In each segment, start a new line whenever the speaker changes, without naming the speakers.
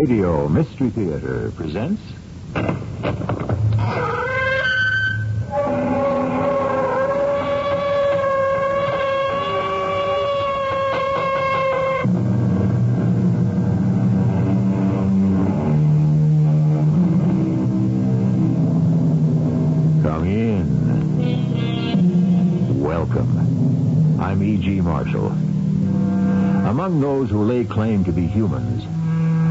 Radio Mystery Theater presents. Come in. Welcome. I'm E.G. Marshall. Among those who lay claim to be humans,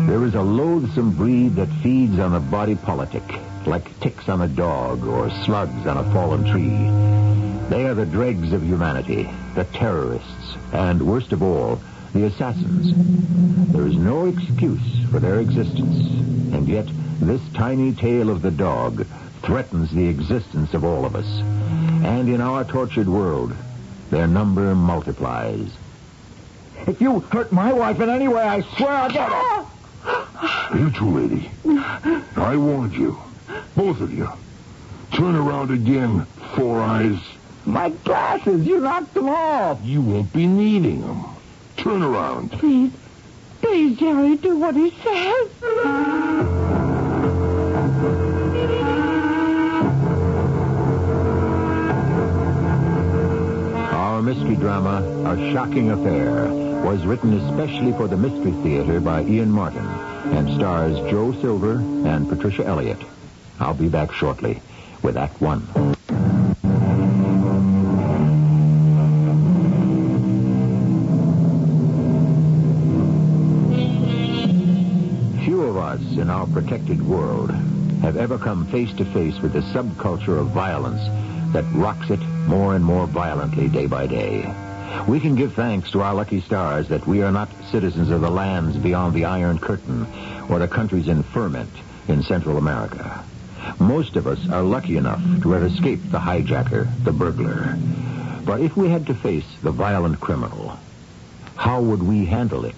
there is a loathsome breed that feeds on the body politic, like ticks on a dog or slugs on a fallen tree. They are the dregs of humanity, the terrorists, and worst of all, the assassins. There is no excuse for their existence, and yet this tiny tale of the dog threatens the existence of all of us. And in our tortured world, their number multiplies. If you hurt my wife in any way, I swear I'll get it.
You two, lady. I warned you. Both of you. Turn around again, Four Eyes.
My glasses, you knocked them off.
You won't be needing them. Turn around.
Please, please, Jerry, do what he says.
Our mystery drama, A Shocking Affair, was written especially for the Mystery Theater by Ian Martin and stars Joe Silver and Patricia Elliott. I'll be back shortly with Act One. Few of us in our protected world have ever come face to face with the subculture of violence that rocks it more and more violently day by day. We can give thanks to our lucky stars that we are not citizens of the lands beyond the Iron Curtain or the countries in ferment in Central America. Most of us are lucky enough to have escaped the hijacker, the burglar. But if we had to face the violent criminal, how would we handle it?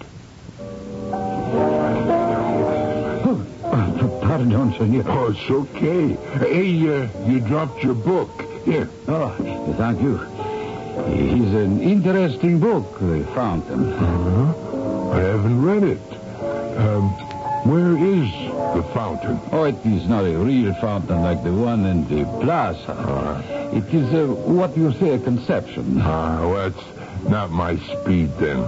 Pardon, senor. Oh, it's okay. Hey, uh, you dropped your book. Here.
Oh, thank you. He's an interesting book, the fountain.
Uh-huh. I haven't read it. Um, where is the fountain?
Oh, it is not a real fountain like the one in the plaza. It is a, what you say, a conception.
Uh-huh. Ah, well, that's not my speed then.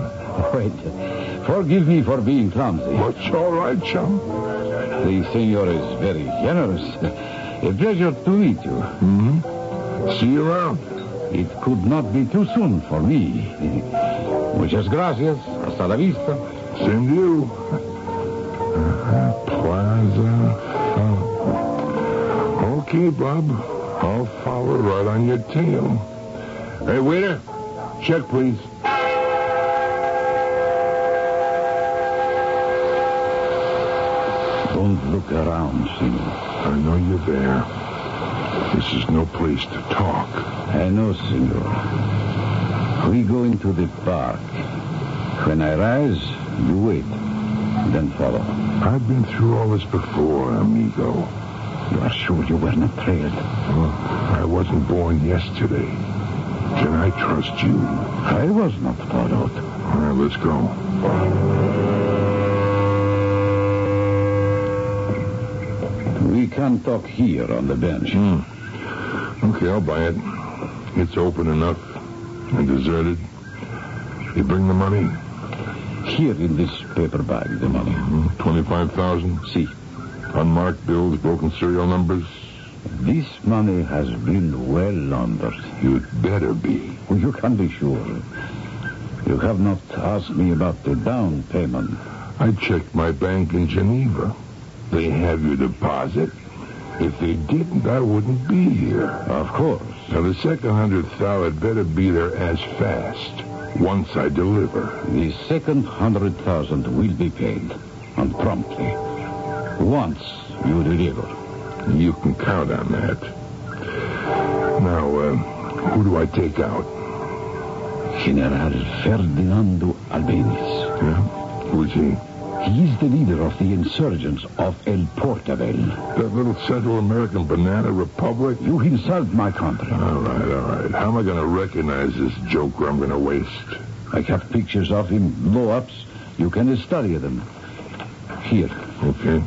Wait, forgive me for being clumsy.
What's all right, chum?
The senor is very generous. A pleasure to meet you.
See you around.
It could not be too soon for me. Muchas gracias. Hasta la vista.
Send you. Plaza. Fountain. Okay, Bob. I'll follow right on your tail. Hey, waiter. Check, please.
Don't look around, senor.
I know you're there. This is no place to talk.
I know, senor. We go into the park. When I rise, you wait. Then follow.
I've been through all this before, amigo.
You are sure you were not trailed?
I wasn't born yesterday. Can I trust you?
I was not followed.
All right, let's go.
We can talk here on the bench.
Okay, I'll buy it. It's open enough and deserted. You bring the money?
Here in this paper bag, the money.
25,000?
See,
Mm-hmm. Unmarked bills, broken serial numbers?
this money has been well laundered.
You'd better be.
Well, You can be sure. You have not asked me about the down payment.
I checked my bank in Geneva. They have your deposit. If they didn't, I wouldn't be here.
Of course.
Now, the second hundred thou had better be there as fast once I deliver.
The second hundred thousand will be paid, and promptly. Once you deliver.
You can count on that. Now, uh, who do I take out?
General Ferdinando Albanese.
Yeah? Who's he?
He is the leader of the insurgents of El Portavell.
That little Central American banana republic?
You insult my country.
All right, all right. How am I going to recognize this joker I'm going to waste?
I have pictures of him, blow ups. You can study them. Here,
Okay.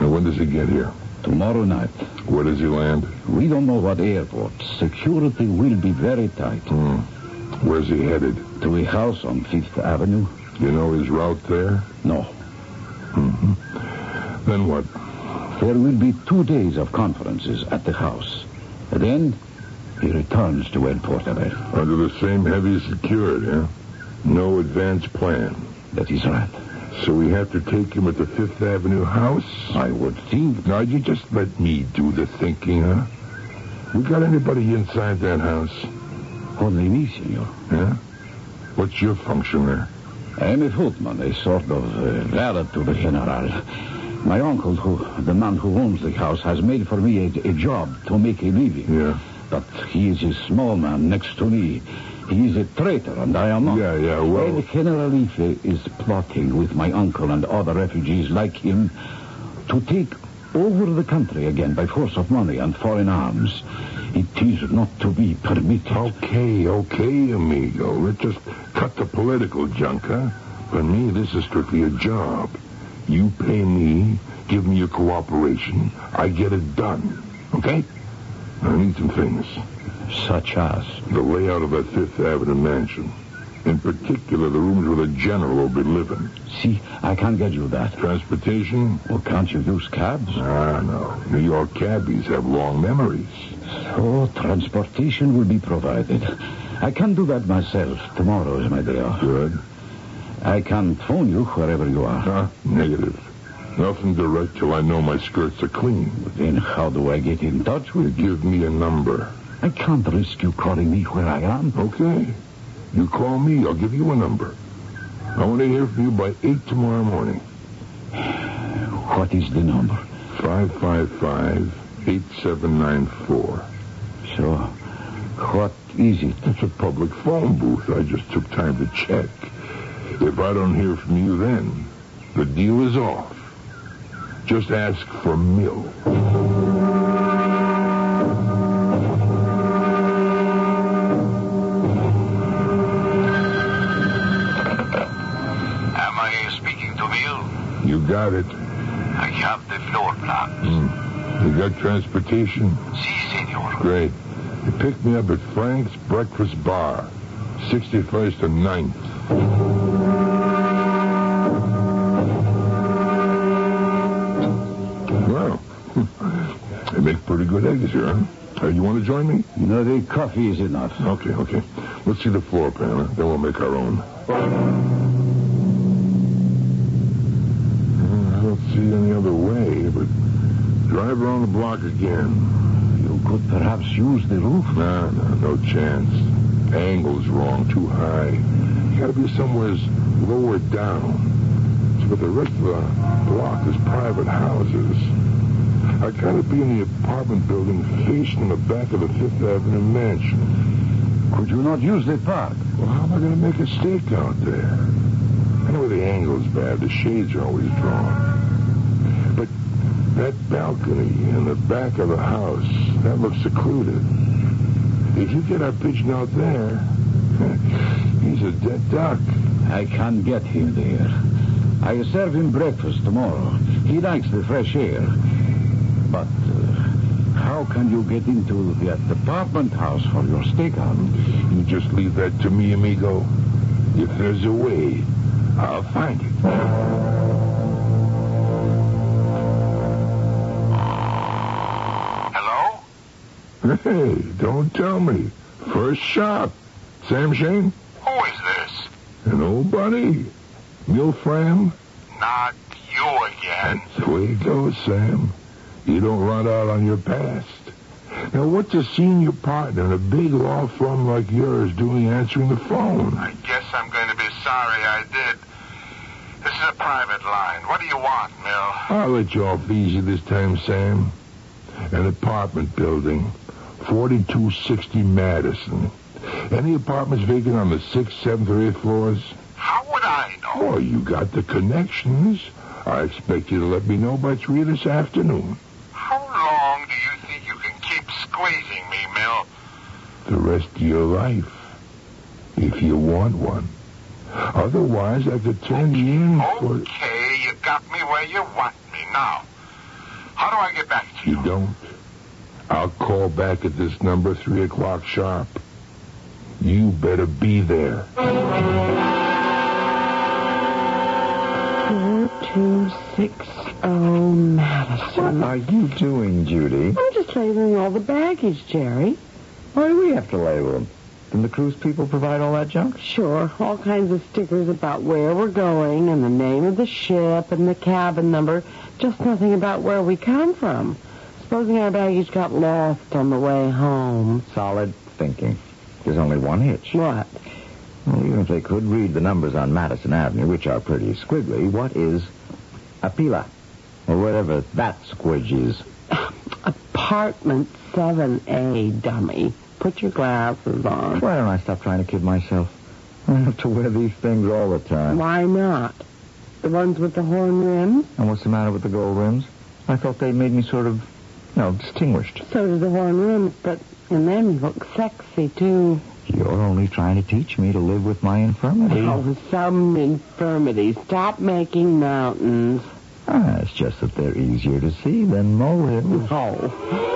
Now, when does he get here?
Tomorrow night,
Where does he land?
we don't know what airport. Security will be very tight.
Hmm. Where's he headed?
To a house on Fifth Avenue?
You know his route there?
No.
Then what?
There will be two days of conferences at the house. Then he returns to El Portable.
Under the same heavy security, huh? No advance plan.
That is right.
So we have to take him at the Fifth Avenue house?
I would think.
Now, you just let me do the thinking, huh? We got anybody inside that house?
Only me, senor.
Huh? What's your function there?
I am a footman, a sort of uh, valet to the general. My uncle, who the man who owns the house, has made for me a, a job to make a living.
Yeah.
But he is a small man next to me. He is a traitor, and I am not.
Yeah, yeah, well-
And Generalife is plotting with my uncle and other refugees like him to take over the country again by force of money and foreign arms. It is not to be permitted.
Okay, okay, amigo. Let's just cut the political junk, huh? For me, this is strictly a job. You pay me, give me your cooperation. I get it done. Okay? I need some things.
Such as.
The layout of that Fifth Avenue mansion. In particular, the rooms where the general will be living.
See, I can't get you that.
Transportation?
Well, can't you use cabs?
Ah, no. New York cabbies have long memories.
So, Oh, transportation will be provided. I can do that myself. Tomorrow is my day off.
Good.
I can phone you wherever you are.
Huh? Negative. Nothing direct till I know my skirts are clean.
Then how do I get in touch
You
with you?
give me a number.
I can't risk you calling me where I am.
Okay. You call me, I'll give you a number. I want to hear from you by 8 tomorrow morning.
What is the number?
555-8794.
So, what is it?
It's a public phone booth. I just took time to check. If I don't hear from you then, the deal is off. Just ask for Mill.
Am I speaking to Bill?
You got it.
I have the floor plan.
You got transportation?
Si, senor.
Great. You pick me up at Frank's Breakfast Bar, 61st and 9th. Well, they make pretty good eggs here, huh? Uh, you want to join me?
No, the coffee is enough.
Okay, okay. Let's see the floor plan, huh? then we'll make our own. Uh, I don't see any other way, but drive around the block again.
You could perhaps use the roof.
Nah, no, no chance. Angle's wrong, too high. You gotta be somewheres lower down. But the rest of the block is private houses. I gotta be in the apartment building facing the back of the Fifth Avenue mansion.
Could you not use the park?
Well, how am I gonna make a stake out there? Anyway, the angle's bad. The shades are always drawn. But that balcony in the back of the house, that looks secluded. If you get our pigeon out there, he's a dead duck.
I can get him there. I serve him breakfast tomorrow. He likes the fresh air. But uh, how can you get into that apartment house for your stakeout?
You just leave that to me, amigo. If there's a way, I'll find it.
Hello?
Hey, don't tell me. First shot. Sam Shane?
Who is this?
An old buddy. Milfram?
Not you again.
That's the way it goes, Sam. You don't run out on your past. Now, what's a senior partner in a big law firm like yours doing answering the phone?
I guess I'm going to be sorry I did. This is a private line. What do you want, Mill?
I'll let you off easy this time, Sam. An apartment building, 4260 Madison. Any apartments vacant on the 6th, 7th, or 8th floors?
How would I know?
Oh, you got the connections. I expect you to let me know by 3 this afternoon.
How long do you think you can keep squeezing me, Mill?
the rest of your life, if you want one. Otherwise, I could turn you in for.
Okay, you got me where where you want me now. How do I get back to you?
You don't. I'll call back at this number, 3 o'clock sharp. You better be there.
Four two six oh Madison.
Are you doing, Judy?
I'm just labeling all the baggage, Jerry.
Why do we have to label them? Didn't the cruise people provide all that junk?
Sure, all kinds of stickers about where we're going and the name of the ship and the cabin number, just nothing about where we come from. Supposing our baggage got lost on the way home.
Solid thinking. There's only one hitch.
What?
Well, even if they could read the numbers on Madison Avenue, which are pretty squiggly, what is a pila? Or whatever that squidge is.
Apartment 7A, dummy. Put your glasses on.
Why don't I stop trying to kid myself? I have to wear these things all the time.
Why not? The ones with the horn rims?
And what's the matter with the gold rims? I thought they made me sort of, you know, distinguished.
So do the horn rims, but in them you look sexy, too.
You're only trying to teach me to live with my infirmity.
Oh, some infirmity. Stop making mountains.
Ah, it's just that they're easier to see than molehills.
Oh.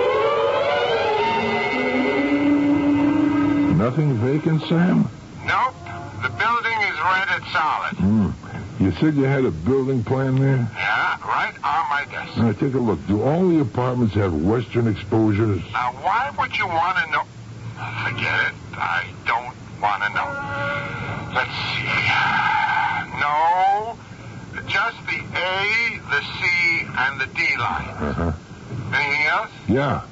Nothing vacant, Sam?
Nope. The building is rented solid.
You said you had a building plan there?
Yeah, right on my desk.
Now, take a look. Do all the apartments have western exposures?
Now, why would you want to know? Forget it. I don't want to know. Let's see. No, just the A, the C, and the D line.
Uh-huh.
Anything else?
Yeah.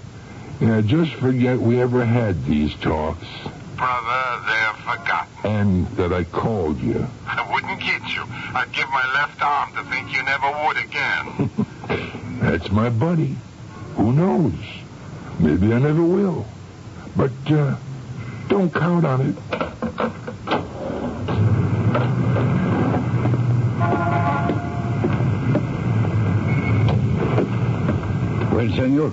Yeah, just forget we ever had these talks
Brother, they're forgotten.
and that I called you.
I wouldn't get you. I'd give my left arm to think you never would again.
That's my buddy. Who knows? Maybe I never will. But uh, don't count on it.
Well, senor,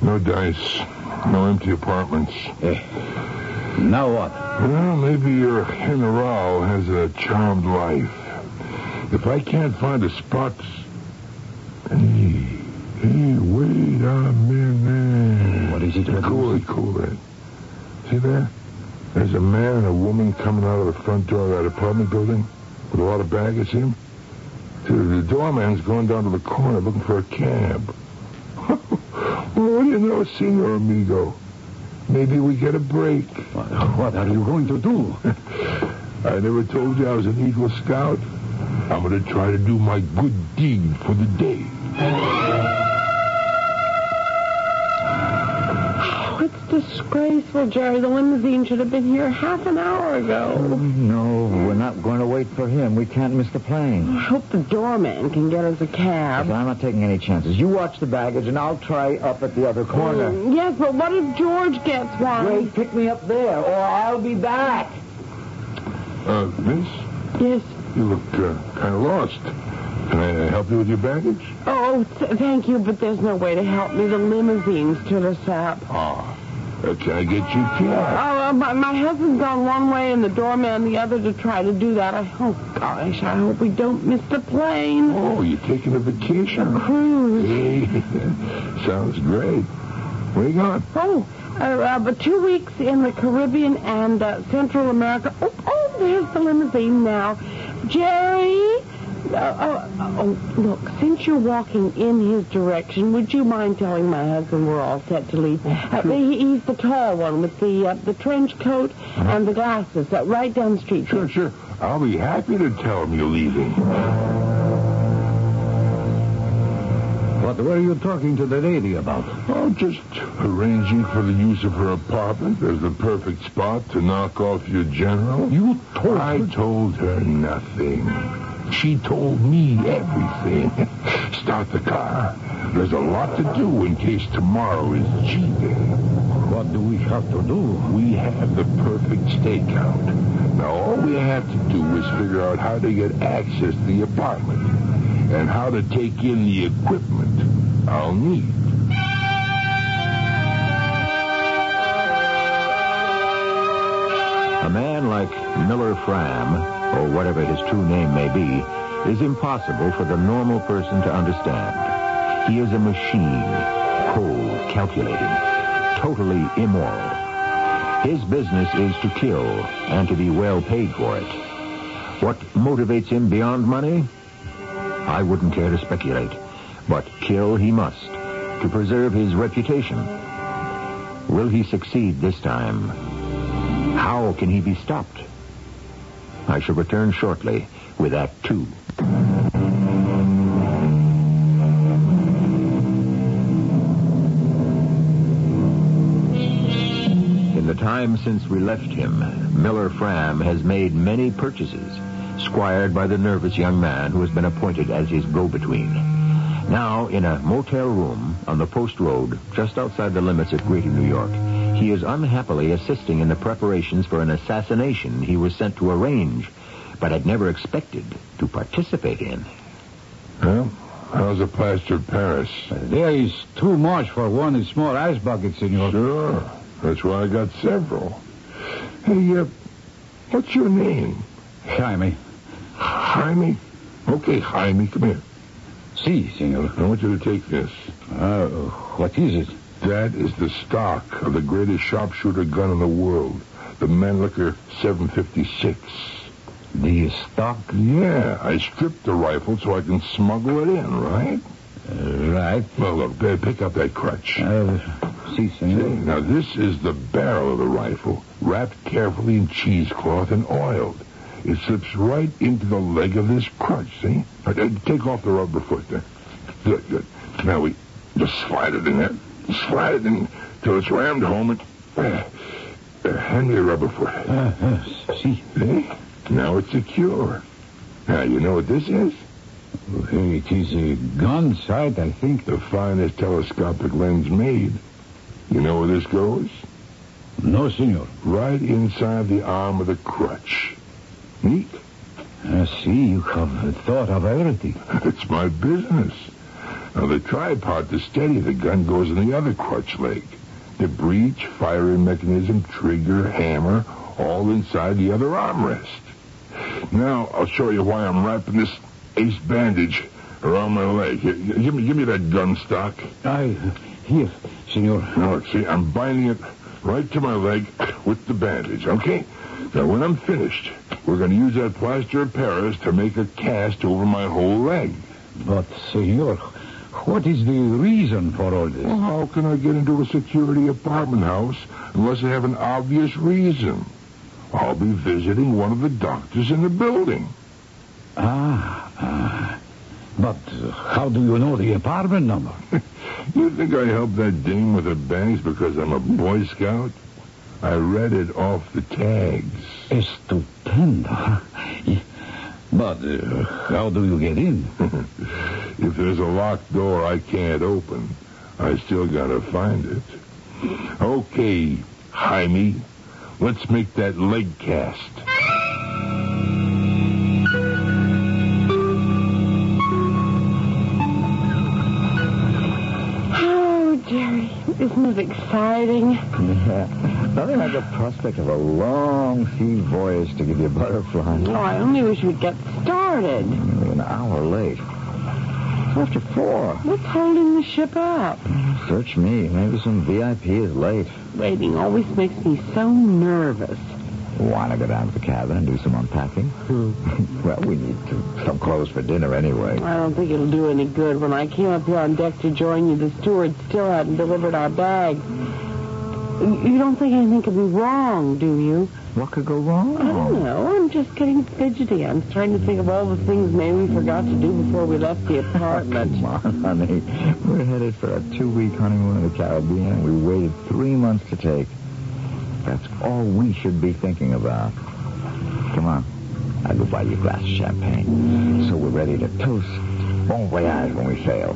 No dice. No empty apartments.
now what?
Well, maybe your general has a charmed life. If I can't find a spot... Hey, hey, wait a minute.
What is it, Edwards?
Cool it, cool it. See there? There's a man and a woman coming out of the front door of that apartment building with a lot of baggage in him. The, the doorman's going down to the corner looking for a cab. well, what do you know, senor amigo? Maybe we get a break.
What, what are you going to do?
I never told you I was an Eagle Scout. I'm going to try to do my good deed for the day.
Oh, it's disgraceful, Jerry. The limousine should have been here half an hour ago.
No, we're not going to wait for him. We can't miss the plane.
I hope the doorman can get us a cab.
I'm not taking any chances. You watch the baggage, and I'll try up at the other corner.
Mm, Yes, but what if George gets one?
Wait, pick me up there, or I'll be back.
Uh, miss,
Yes.
you look uh, kind of lost. Can I uh, help you with your baggage?
Oh, th- thank you, but there's no way to help me. The limousine stood us up.
Ah, uh, can I get you a
Oh,
cab?
uh, my, my husband's gone one way and the doorman the other to try to do that. I, oh, gosh, I hope we don't miss the plane.
Oh, you're taking a vacation.
Cruise.
Hey, sounds great. Where you going?
Oh, uh, uh, but two weeks in the Caribbean and uh, Central America. Oh, oh, there's the limousine now. Jerry, uh, uh, oh, look, since you're walking in his direction, would you mind telling my husband we're all set to leave? Uh, he, he's the tall one with the uh, the trench coat and the glasses, uh, right down the street.
Sure, sure. I'll be happy to tell him you're leaving.
What were you talking to the lady about?
Oh, just arranging for the use of her apartment as the perfect spot to knock off your general.
You told
I told her nothing. She told me everything. Start the car. There's a lot to do in case tomorrow is cheating.
What do we have to do?
We have the perfect stakeout. Now all we have to do is figure out how to get access to the apartment and how to take in the equipment I'll need.
A man like Miller Fram, or whatever his true name may be, is impossible for the normal person to understand. He is a machine, cold, calculating, totally immoral. His business is to kill and to be well paid for it. What motivates him beyond money? I wouldn't care to speculate, but kill he must to preserve his reputation. Will he succeed this time? How can he be stopped? I shall return shortly with Act Two. In the time since we left him, Miller Fram has made many purchases, squired by the nervous young man who has been appointed as his go-between. Now, in a motel room on the Post Road, just outside the limits of Greater New York, he is unhappily assisting in the preparations for an assassination he was sent to arrange, but had never expected to participate in.
Well, how's a plastered Paris?
There is too much for one in small ice bucket, senor.
Sure. That's why I got several. Hey, uh, what's your name?
Jaime.
Jaime? Okay, Jaime, come here.
Si, senor.
I want you to take this.
Uh, what is it?
That is the stock of the greatest sharpshooter gun in the world, the Mannlicher 756.
The stock?
Yeah, I stripped the rifle so I can smuggle it in, right?
Uh, right.
Well, look, uh, pick up that crutch.
Uh, si,
See,
senor.
now this is the barrel of the rifle, wrapped carefully in cheesecloth and oiled. It slips right into the leg of this crutch, see? Uh, uh, Take off the rubber foot there. Good, good. Now we just slide it in there. Slide it in till it's rammed home and... Uh, uh, hand me the rubber foot.
Uh, uh, si.
See? Now it's secure. Now, you know what this is?
It is a gun sight, I think.
The finest telescopic lens made. You know where this goes?
No, senor.
Right inside the arm of the crutch. Neat.
I see you have thought of everything.
It's my business. Now, the tripod to steady the gun goes in the other crutch leg. The breech, firing mechanism, trigger, hammer, all inside the other armrest. Now, I'll show you why I'm wrapping this ace bandage around my leg. Here, g- Give me, give me that gun stock.
I here, senor.
Now, look, see, I'm binding it right to my leg with the bandage, okay? Now, when I'm finished, we're going to use that plaster of Paris to make a cast over my whole leg.
But senor, what is the reason for all
Well,
this?
how can I get into a security apartment house unless I have an obvious reason? I'll be visiting one of the doctors in the building.
Ah, ah. But uh, how do you know the apartment number?
You think I helped that dame with her bangs because I'm a Boy Scout? I read it off the tags.
Estupendo. But uh, how do you get in?
If there's a locked door I can't open, I still gotta find it. Okay, Jaime, let's make that leg cast.
Oh, Jerry, isn't it exciting?
Yeah. Nothing like the prospect of a long sea voyage to give you butterflies. Mm,
Oh, I only wish we'd get started.
An hour late. After four.
What's holding the ship up?
Search me. Maybe some VIP is late.
Waiting always makes me so nervous.
Want to go down to the cabin and do some unpacking?
Hmm.
well, we need to, some clothes for dinner anyway.
I don't think it'll do any good. When I came up here on deck to join you, the steward still hadn't delivered our bags. Y- You don't think anything could be wrong, do you?
What could go wrong?
I don't know. I'm just getting fidgety. I'm trying to think of all the things maybe we forgot to do before we left the apartment.
Come on, honey. We're headed for a two-week honeymoon in the Caribbean. We waited three months to take. That's all we should be thinking about. Come on. I will buy you a glass of champagne. So we're ready to toast. Bon voyage when we sail.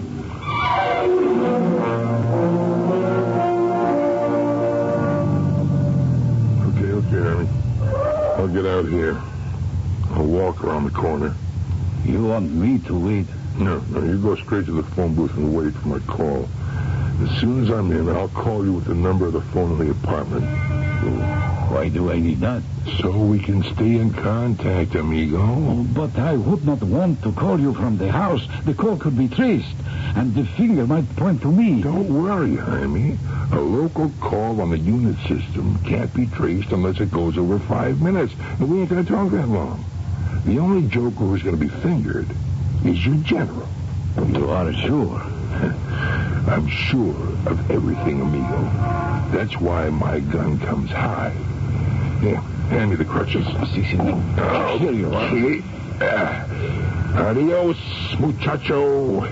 Okay, okay, Ernie. I'll get out here. I'll walk around the corner.
You want me to wait?
No, no, you go straight to the phone booth and wait for my call. As soon as I'm in, I'll call you with the number of the phone in the apartment.
Why do I need that?
So we can stay in contact, amigo.
Oh, but I would not want to call you from the house. The call could be traced, and the finger might point to me.
Don't worry, Jaime. A local call on the unit system can't be traced unless it goes over five minutes, and we ain't going to talk that long. The only joker who's going to be fingered is your general.
You are sure.
I'm sure of everything, amigo. That's why my gun comes high. Here, hand me the crutches. Oh,
Here you are.
okay. Ah. Adios, muchacho.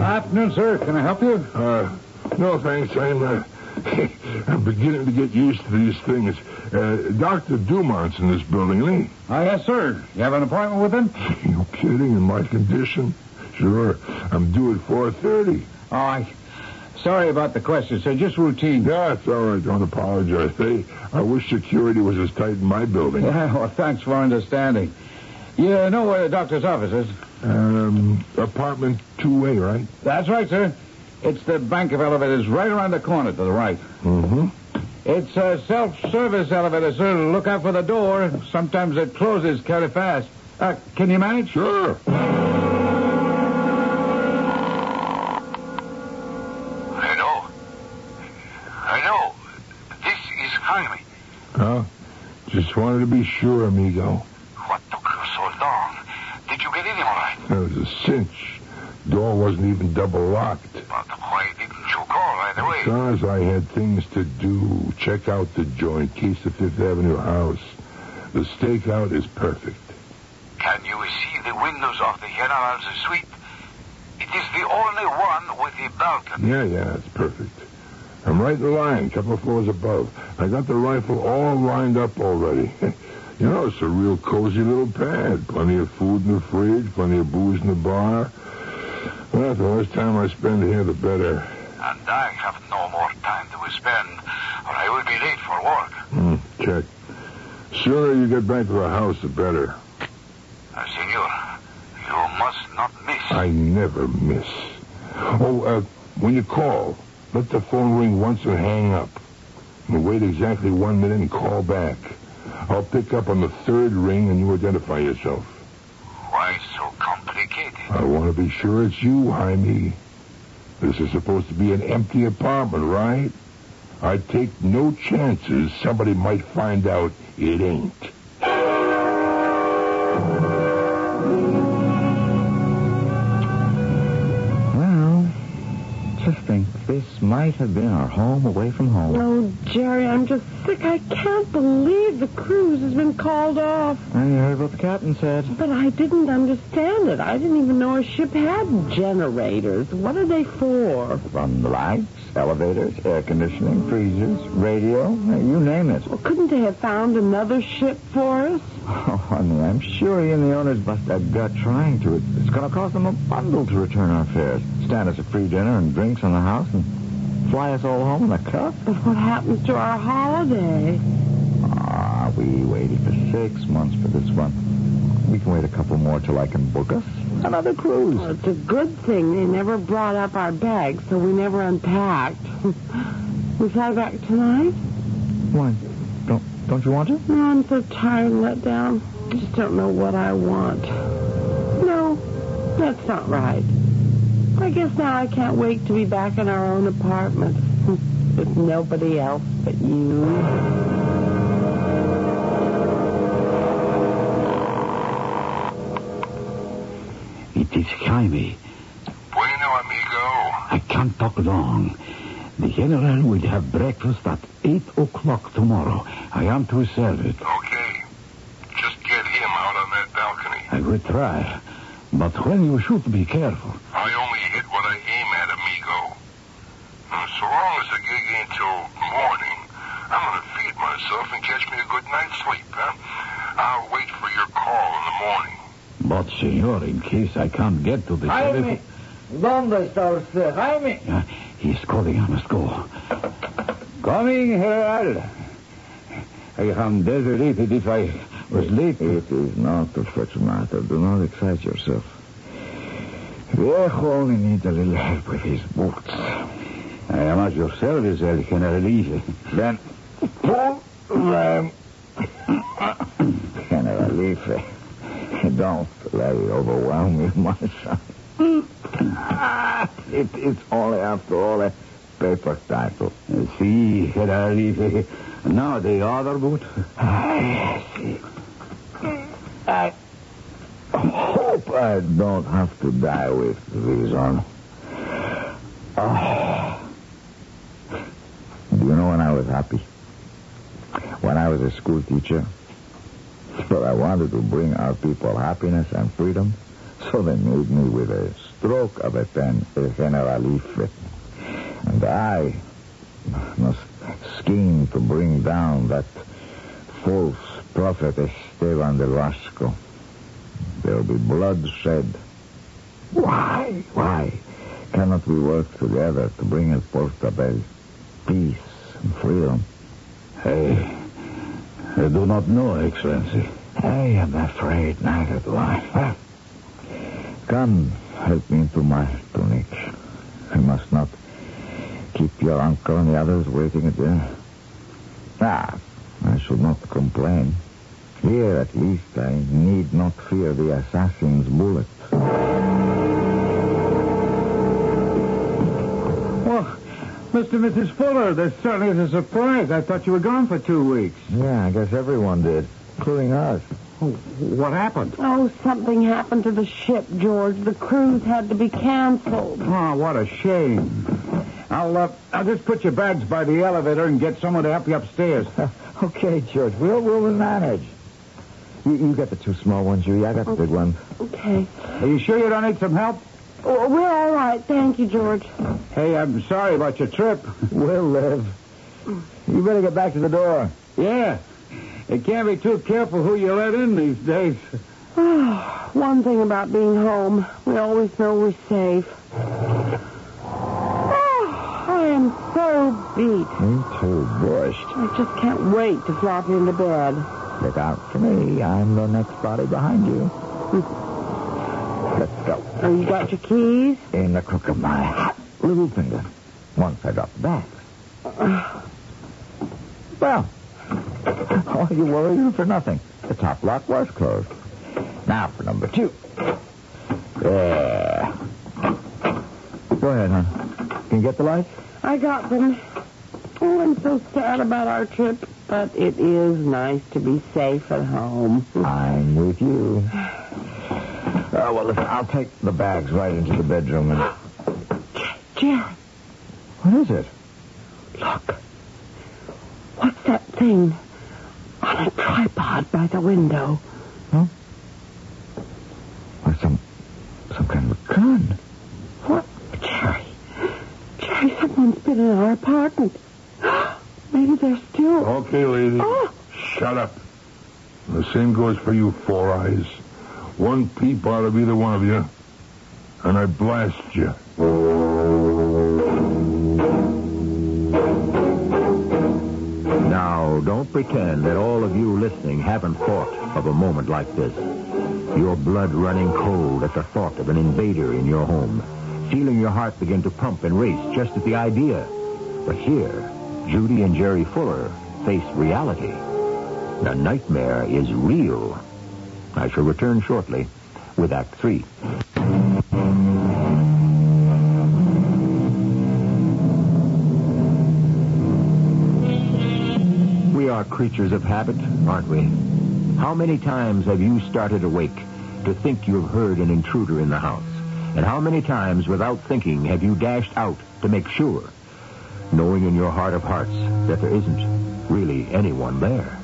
Afternoon, sir. Can I help you?
Uh, no, thanks. I'm, uh, I'm beginning to get used to these things. Uh, Dr. Dumont's in this building, isn't he?
Ah, yes, sir. You have an appointment with him?
You kidding? In my condition? Sure. I'm due at 4.30.
Oh, I... Sorry about the question, sir. Just routine.
Yeah, it's all right. Don't apologize. They, I wish security was as tight in my building.
Yeah, well, thanks for understanding. You know where the doctor's office is?
Um, apartment 2A, right?
That's right, sir. It's the bank of elevators right around the corner to the right.
Mm-hmm.
It's a self-service elevator, sir. Look out for the door. Sometimes it closes kind fast. Uh, can you manage?
Sure.
Hello? Hello? This is Jaime.
Huh? Just wanted to be sure, amigo.
What took you so long? Did you get in all right?
That was a cinch. Door wasn't even double locked.
But why didn't you call right away?
Because I had things to do. Check out the joint. Case the Fifth Avenue house. The stakeout is perfect.
Can you see the windows of the general's suite? It is the only one with the balcony.
Yeah, yeah, it's perfect. I'm right in the line, couple of floors above. I got the rifle all lined up already. you know, it's a real cozy little pad. Plenty of food in the fridge, plenty of booze in the bar. Well, the less time I spend here, the better.
And I have no more time to spend, or I will be late for work.
Hmm, check. Sooner you get back to the house, the better.
Uh, senor, you must not miss.
I never miss. Oh, uh, when you call, let the phone ring once and hang up. And wait exactly one minute and call back. I'll pick up on the third ring and you identify yourself.
Why so complicated?
I want to be sure it's you, Jaime. This is supposed to be an empty apartment, right? I take no chances somebody might find out it ain't.
Well, just think, this might have been our home away from home.
Oh, Jerry, I'm just sick. I can't believe the cruise has been called off.
I heard what the captain said.
But I didn't understand it. I didn't even know a ship had generators. What are they for?
From the lights, elevators, air conditioning, freezers, radio, you name it.
Well, couldn't they have found another ship for us?
Oh, honey, I'm sure he and the owners must have got trying to. It- It's going to cost them a bundle to return our fares, stand us a free dinner and drinks in the house, and fly us all home in a cup.
But what happens to our holiday?
Ah, we waited for six months for this one. We can wait a couple more till I can book us another cruise.
Well, it's a good thing they never brought up our bags, so we never unpacked. we fly back tonight?
Why? Don't don't you want to?
No, I'm so tired and let down. I just don't know what I want. No, that's not right. I guess now I can't wait to be back in our own apartment with nobody else but you.
It is Jaime.
Bueno, amigo.
I can't talk long. The general will have breakfast at 8 o'clock tomorrow. I am to serve it.
Okay. Just get him out on that balcony.
I will try. But when you shoot, be careful.
I only hit what I aim at, amigo. And so long as the gig ain't till morning, I'm gonna feed myself and catch me a good night's sleep, huh? I'll wait for your call in the morning.
But, senor, in case I can't get to the telephone...
¿Dónde está usted? Jaime.
Uh, he's calling. I must go. Coming, Herald. I am desolated if I was late.
It is not, Professor Martha. Do not excite yourself.
Viejo only needs a little help with his boots.
I am at your service, El Generalillo.
Then
Pull
um,
them.
Generalife, don't let it overwhelm you, my son. it is only, after all, a paper title.
See, Generalife. Now the other boot.
I see. I hope I don't have to die with these on. Ah. Do you know when I was happy? When I was a school teacher? But I wanted to bring our people happiness and freedom, so they made me with a stroke of a pen a generalife. And I must scheme to bring down that false prophet Esteban de Vasco. There'll be blood shed. Why? Why cannot we work together to bring El Portabel peace and freedom?
Hey, I do not know, Excellency.
I am afraid neither do I. Well, Come, help me into my tunic. I must not keep your uncle and the others waiting at dinner. Ah, I should not complain. Here, at least, I need not fear the assassin's bullet.
Well, Mr. and Mrs. Fuller, this certainly is a surprise. I thought you were gone for two weeks.
Yeah, I guess everyone did, including us.
What happened?
Oh, something happened to the ship, George. The cruise had to be canceled.
Oh, what a shame. I'll, uh, I'll just put your bags by the elevator and get someone to help you upstairs.
okay, George, we'll, we'll manage. You, you got the two small ones, Huey. I got the big one.
Okay.
Are you sure you don't need some help?
Oh, We're all right. Thank you, George.
Hey, I'm sorry about your trip.
We'll live. You better get back to the door.
Yeah. You can't be too careful who you let in these days.
One thing about being home, we always know we're safe. Oh, I am so beat.
Me too, Bush.
I just can't wait to flop into bed.
Look out for me. I'm the next body behind you. Let's go.
Oh, you got your keys?
In the crook of my hot little finger. Once I got that. Well, all you worried for nothing. The top lock was closed. Now for number two. There. Go ahead, hon. Can you get the lights?
I got them. Oh, I'm so sad about our trip, but it is nice to be safe at home.
I'm with you. Oh, well, listen, I'll take the bags right into the bedroom and...
Jared,
What is it?
look. What's that thing on a tripod by the window?
Or some some kind of a gun.
What? Jerry. Jerry, someone's been in our apartment. Maybe they're still.
Okay, lady.
Oh,
Shut up. The same goes for you, Four Eyes. One peep out of either one of you, and I blast you.
Now, don't pretend that all of you listening haven't thought of a moment like this. Your blood running cold at the thought of an invader in your home. Feeling your heart begin to pump and race just at the idea. But here, Judy and Jerry Fuller face reality. The nightmare is real. I shall return shortly with Act Three. We are creatures of habit, aren't we? How many times have you started awake to think you've heard an intruder in the house? And how many times, without thinking, have you dashed out to make sure, knowing in your heart of hearts that there isn't really anyone there?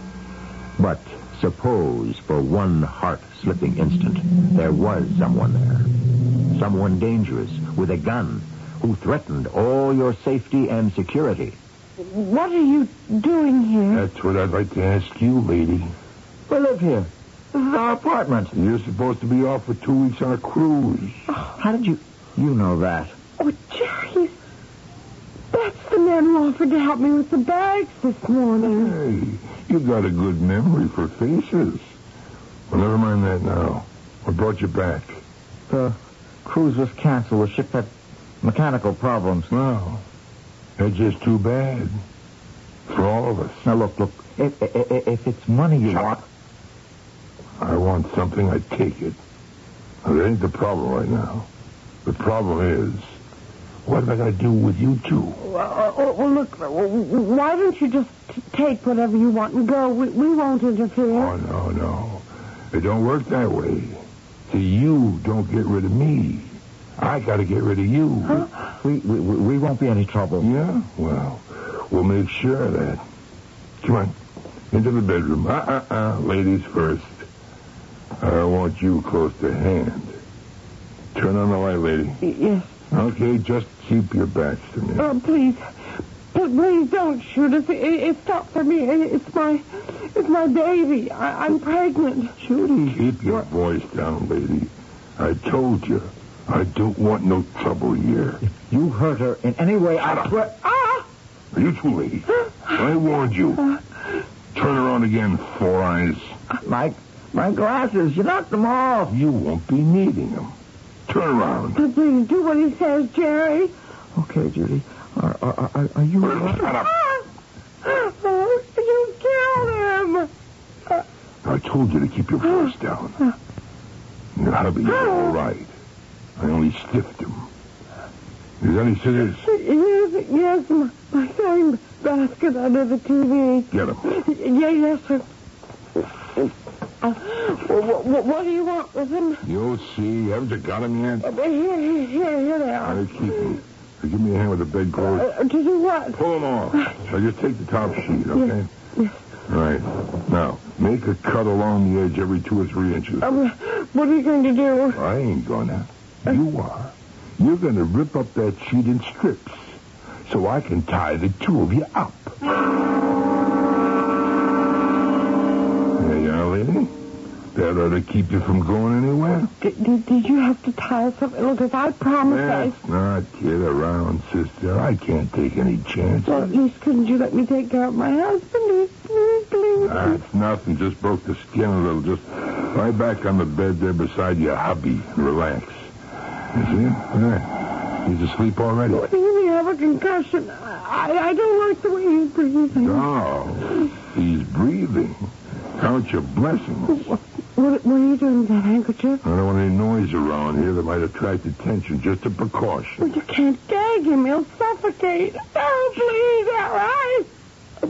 But suppose for one heart slipping instant there was someone there. Someone dangerous with a gun who threatened all your safety and security.
what are you doing here?
That's what I'd like to ask you, lady.
We live here. This is our apartment.
You're supposed to be off for two weeks on a cruise.
How did you you know that?
Oh, Jerry. That's the man who offered to help me with the bags this morning.
Hey, you got a good memory for faces. Well, never mind that now. What brought you back?
The
cruise was canceled. The ship had mechanical problems.
Well, that's just too bad. For all of us.
Now, look, look. If, if, if it's money you want,
I want something, I take it. That ain't the problem right now. The problem is, what am I going to do with you two?
Well, uh, well, look, why don't you just t- take whatever you want and go? We, we won't
Oh,
interfere.
no, no. It don't work that way. See, you don't get rid of me. I got to get rid of you.
we, we, we won't be any trouble.
Yeah, well, we'll make sure of that. Come on, into the bedroom. Uh, uh, uh, ladies first. I don't want you close to hand. Turn on the light, lady.
Yes.
Okay, just keep your backs to me.
Oh, please. P- Please don't shoot us. It, it's not for me. It- It's my, it's my baby. I, I'm pregnant. Judy.
Keep your voice down, lady. I told you, I don't want no trouble here.
You hurt her in any way, I swear.
Ah!
You two ladies, I warned you. Turn around again, four eyes.
My, my glasses, you knocked them off.
You won't be needing them. Turn around.
But please do what he says, Jerry.
Okay, Judy. Are, are, are, are you all right?
Shut up.
Ah! Oh, you killed him.
I told you to keep your voice down. Your hubby's all right. I only stiffed him. There's any scissors?
Yes, yes, my, my sewing basket under the TV.
Get him.
Yeah, yes, sir. Uh, what, what, what do you want with him?
You'll see. Haven't you got him yet?
Uh, Here, here, here, here they
I
are.
keep him. Now Give me a hand with the bedclothes.
Uh, to do what?
Pull them off. So just take the top sheet, okay? All right. Now, make a cut along the edge every two or three inches.
Um, what are you going to do?
I ain't gonna. You are. You're gonna rip up that sheet in strips so I can tie the two of you up. There you are, lady. That ought to keep you from going anywhere.
Did, did, did you have to tie something? Look, if I promised I...
Let's not kid around, sister. I can't take any
Well,
chances.
at least couldn't you let me take care of my husband? Please, please.
That's nothing. Just broke the skin a little. Just lie back on the bed there beside your hubby and relax. You see? All right. He's asleep already.
He may have a concussion. I, I don't like the way he's breathing.
No, he's breathing. Count your blessings.
What, what are you doing with that handkerchief?
I don't want any noise around here that might attract attention. Just a
Well,
precaution.
you can't gag him. He'll suffocate. Oh, please, all right.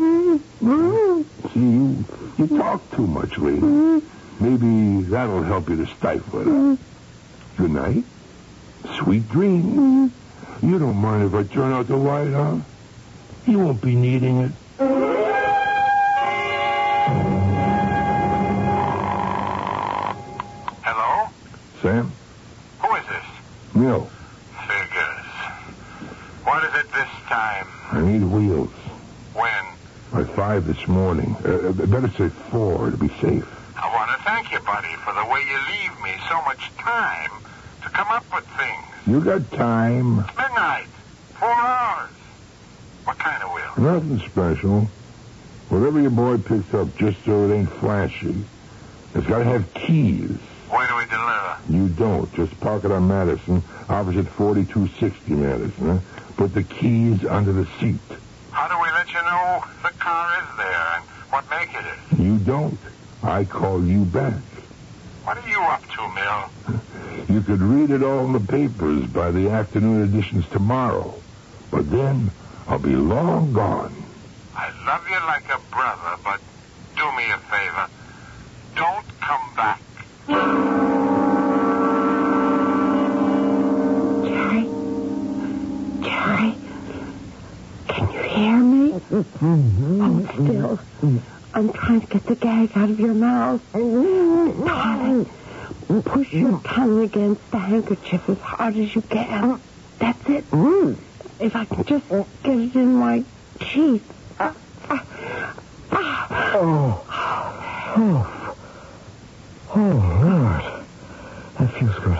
Mm, mm,
See, you, you talk too much, lady. Maybe that'll help you to stifle it. up. Good night. Sweet dreams. You don't mind if I turn out the light, huh? You won't be needing it.
Hello?
Sam?
Who is this?
No.
Figures. What is it this time?
I need wheels.
When?
By five this morning. Uh, better say four to be safe.
I want to thank you, buddy, for the way you leave me so much time to come up with things.
You got time.
Midnight. Four hours. What kind of will?
Nothing special. Whatever your boy picks up, just so it ain't flashy. It's got to have keys.
Where do we deliver?
You don't. Just park it on Madison, opposite 4260 Madison. Huh? Put the keys under the seat.
How do we let you know the car is there and what make it is?
You don't. I call you back.
What are you up to, Mill?
You could read it all in the papers by the afternoon editions tomorrow. But then I'll be long gone.
I love you like a brother, but do me a favor. Don't come back.
Jerry. Jerry. Can you hear me? Hold still. I'm trying to get the gag out of your mouth. Darling, push your tongue against the handkerchief as hard as you can. That's it. If I can just get it in my teeth. Ah, ah, ah.
Oh, Lord. That feels good.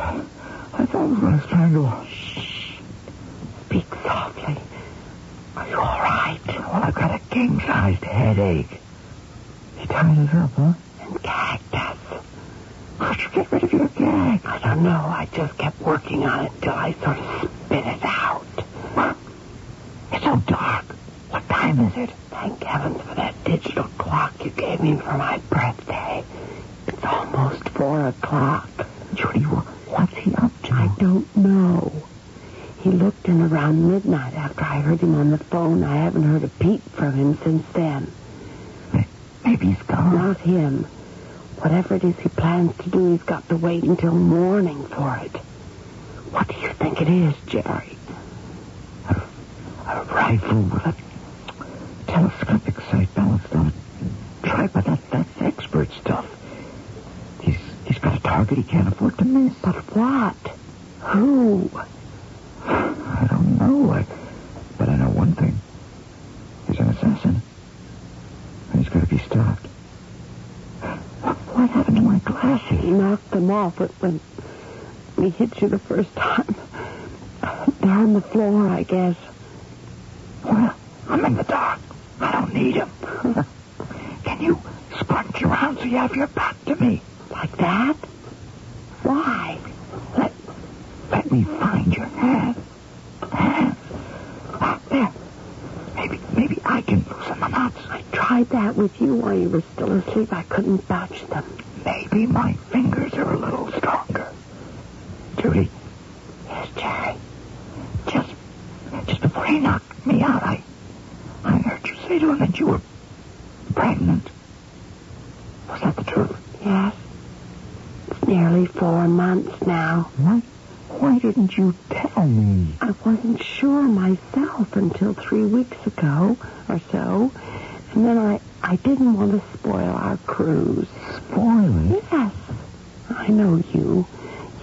I thought I was going to strangle.
Speak softly. Are you all right?
Well, I've got a king-sized headache. He tied it up, huh?
Gagged us.
How'd you get rid of your gag?
I don't don't know. I just kept working on it until I sort of spit it out. It's so dark. What time is it? Thank heavens for that digital clock you gave me for my birthday. It's almost four o'clock. Judy, what's he up to? I don't know. He looked in around midnight after I heard him on the phone. I haven't heard a peep from him since then.
Maybe he's gone.
Not him. Whatever it is he plans to do, he's got to wait until morning for it. What do you think it is, Jerry?
A rifle with a telescopic sight balanced on a tripod. That, that's expert stuff. He's he's got a target he can't afford to miss.
But what? Who?
I don't know. I, but I know one thing. He's an assassin. And he's got to be stopped. What happened to my
He
glasses?
knocked them off when- when he hit you the first time. They're on the floor, I guess.
Well, I'm in the dark. I don't need him. Can you scrunch around so you have your back to me?
Like that? Why?
Let, let me find your hand. Hand. Ah, there. Maybe, maybe I can loosen the knots.
I tried that with you while you were still asleep. I couldn't budge them.
Maybe my fingers are a little stronger. Judy. Yes, Jerry. Just, just before he knocked me out, I, I heard you say to him that you were pregnant. Was that the truth?
Yes. It's nearly four months now.
Why, why didn't you tell me?
I wasn't sure myself until three weeks ago or so. And then I, I didn't want to spoil our cruise.
Spoiling?
Yes. I know you.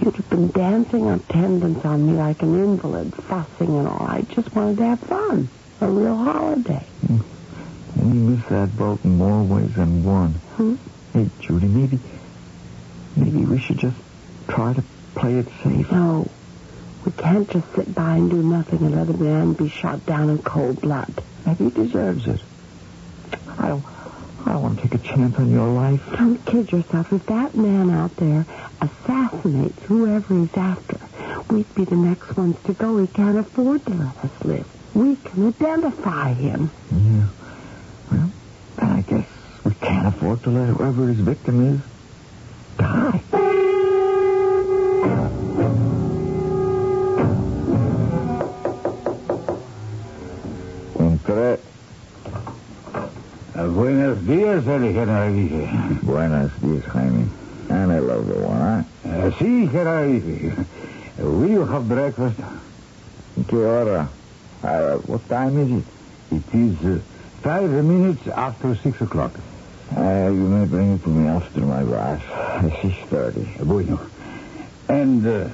You'd have been dancing attendance on me like an invalid, fussing and all. I just wanted to have fun. A real holiday.
And you missed that boat in more ways than one.
Hmm?
Hey, Judy, maybe, maybe we should just try to play it safe.
No. We can't just sit by and do nothing and let a man be shot down in cold blood.
Maybe he deserves it. I don't, I don't want to take a chance on your life.
Don't kid yourself. If that man out there assassinates whoever he's after, we'd be the next ones to go. He can't afford to let us live. We can identify him.
Yeah. Well, then I guess we can't afford to let whoever his victim is die. Entre.
Uh, buenos días, Alejandro.
Buenos dias, Jaime. And hello, the one.
Uh, see, Jerry, will you have breakfast?
Que hora? Uh, what time is it?
It is uh, five minutes after six o'clock.
Uh, you may bring it to me after my wife. She's 30.
Bueno. And uh,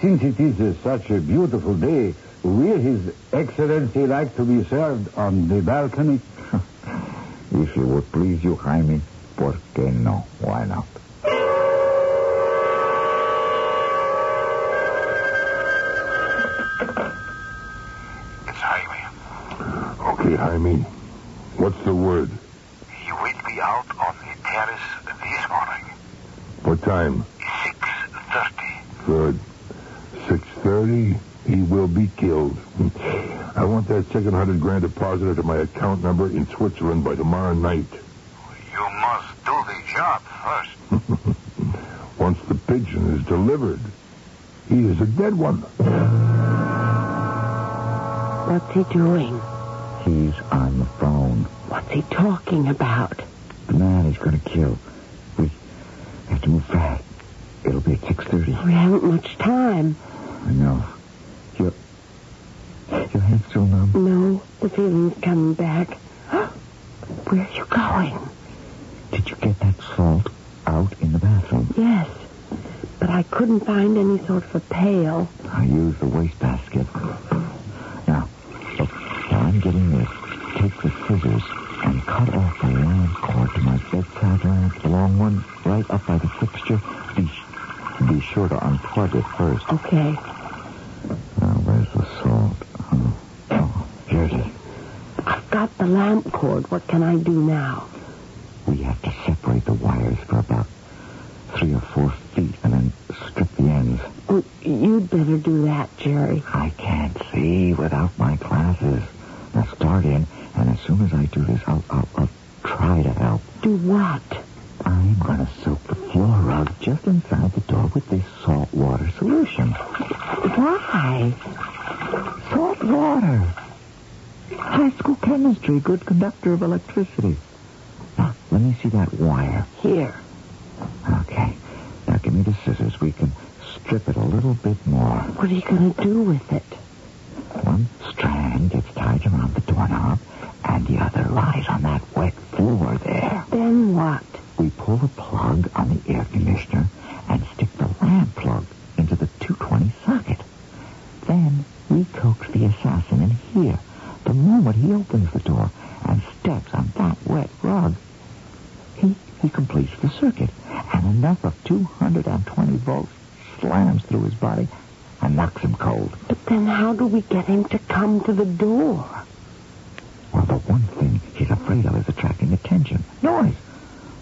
since it is uh, such a beautiful day, will His Excellency like to be served on the balcony?
If it would please you, Jaime, por qué no? Why not?
It's Jaime.
Okay, Jaime. What's the word?
He will be out on the terrace this morning,
What time?
6.30.
Good. 6.30, he will be killed. I want that second hundred grand deposited to my account number in Switzerland by tomorrow night.
You must do the job first.
Once the pigeon is delivered, he is a dead one.
What's he doing?
He's on the phone.
What's he talking about?
The man he's going to kill. We have to move fast. It'll be at 6.30.
We haven't much time.
I know. Your, your hand's still numb.
No, the feeling's coming back. Where are you going?
Did you get that salt out in the bathroom?
Yes, but I couldn't find any sort of a pail.
I used the wastebasket. Now, look, now I'm getting this. Take the scissors and cut off the lamp cord to my bedside lamp, the long one, right up by the fixture. Be, be sure to unplug it first.
Okay,
Now, where's the salt? Oh, oh, here it is.
I've got the lamp cord. What can I do now?
We have to separate the wires for about three or four feet and then strip the
Oh, You'd better do that, Jerry.
I can't see without my glasses. Now start in, and as soon as I do this, I'll, I'll, I'll try to help.
Do what?
I'm going to soak the floor rug just inside the door with this salt water solution.
Why?
Salt water. High school chemistry, good conductor of electricity. Now, let me see that wire.
Here.
Okay. Now give me the scissors. We can strip it a little bit more.
What are you going to do with it?
One strand gets tied around the doorknob, and the other lies on that wet floor there.
Then what?
We pull the plug on the air conditioner and stick the lamp plug into the 220 socket. Then we coax the assassin in here the moment he opens the door and steps on that wet rug. He, he completes the circuit, and enough of 220 volts slams through his body and knocks him cold.
But then how do we get him to come to the door?
Well, the one thing he's afraid of is attracting attention, noise.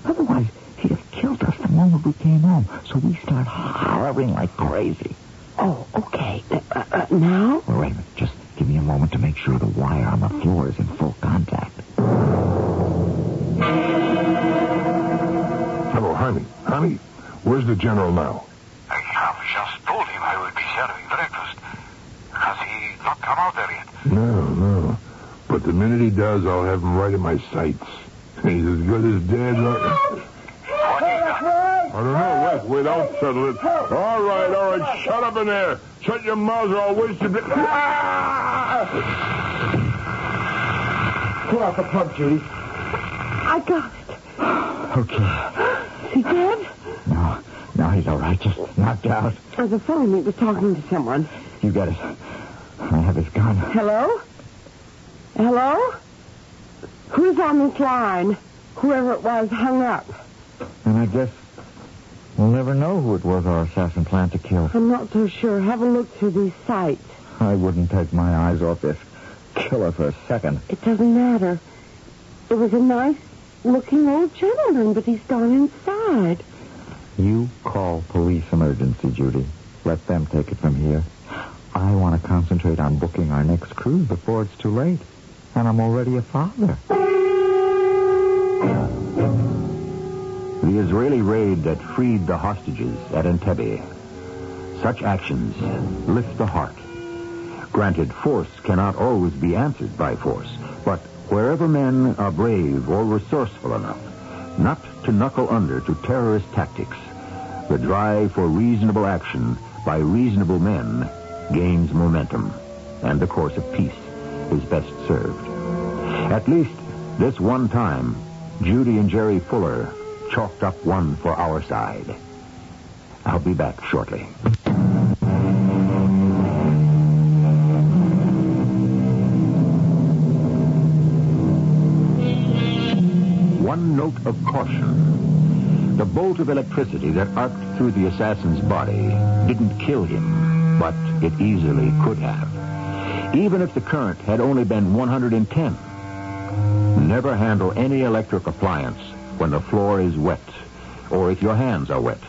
Otherwise, he'd have killed us the moment we came home. So we start hollering like crazy.
Oh, okay. Uh, uh, uh, now?
Well, wait a minute. Just give me a moment to make sure the wire on the floor is in full contact.
Hello, honey. Honey, where's the general now?
I have just told him I will be serving breakfast. Has he not come out there yet?
No, no. But the minute he does, I'll have him right in my sights. He's as good as dead. I
What is that?
don't know. Wait, wait, I'll settle it. All right, all right. Shut up in there. Shut your mouth or I'll waste your... bl- Ah!
Pull out the plug, Judy.
I got it.
Okay.
Is he dead?
No, no, he's all right. Just knocked out.
Oh, the phone, it was talking to someone.
You got it. I have his gun.
Hello? Hello? Who's on this line? Whoever it was hung up.
And I guess we'll never know who it was our assassin planned to kill.
I'm not so sure. Have a look through these sites.
I wouldn't take my eyes off this killer for a second.
It doesn't matter. It was a nice looking old gentleman, but he's gone inside.
You call police emergency, Judy. Let them take it from here. I want to concentrate on booking our next cruise before it's too late. And I'm already a father.
The Israeli raid that freed the hostages at Entebbe. Such actions lift the heart. Granted, force cannot always be answered by force, but wherever men are brave or resourceful enough not to knuckle under to terrorist tactics, the drive for reasonable action by reasonable men gains momentum, and the course of peace is best served. At least this one time, Judy and Jerry Fuller chalked up one for our side. I'll be back shortly. One note of caution. The bolt of electricity that arced through the assassin's body didn't kill him, but it easily could have. Even if the current had only been 110, Never handle any electric appliance when the floor is wet or if your hands are wet.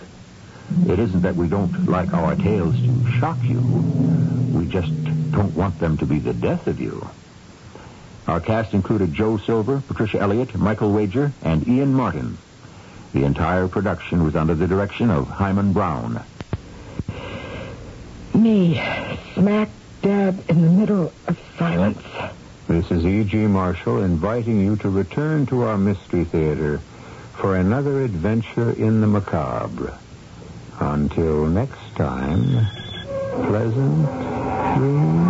It isn't that we don't like our tales to shock you. We just don't want them to be the death of you. Our cast included Joe Silver, Patricia Elliott, Michael Wager, and Ian Martin. The entire production was under the direction of Hyman Brown.
Me, smack dab in the middle of silence.
This is E.G. Marshall inviting you to return to our Mystery Theater for another adventure in the macabre. Until next time, pleasant dreams.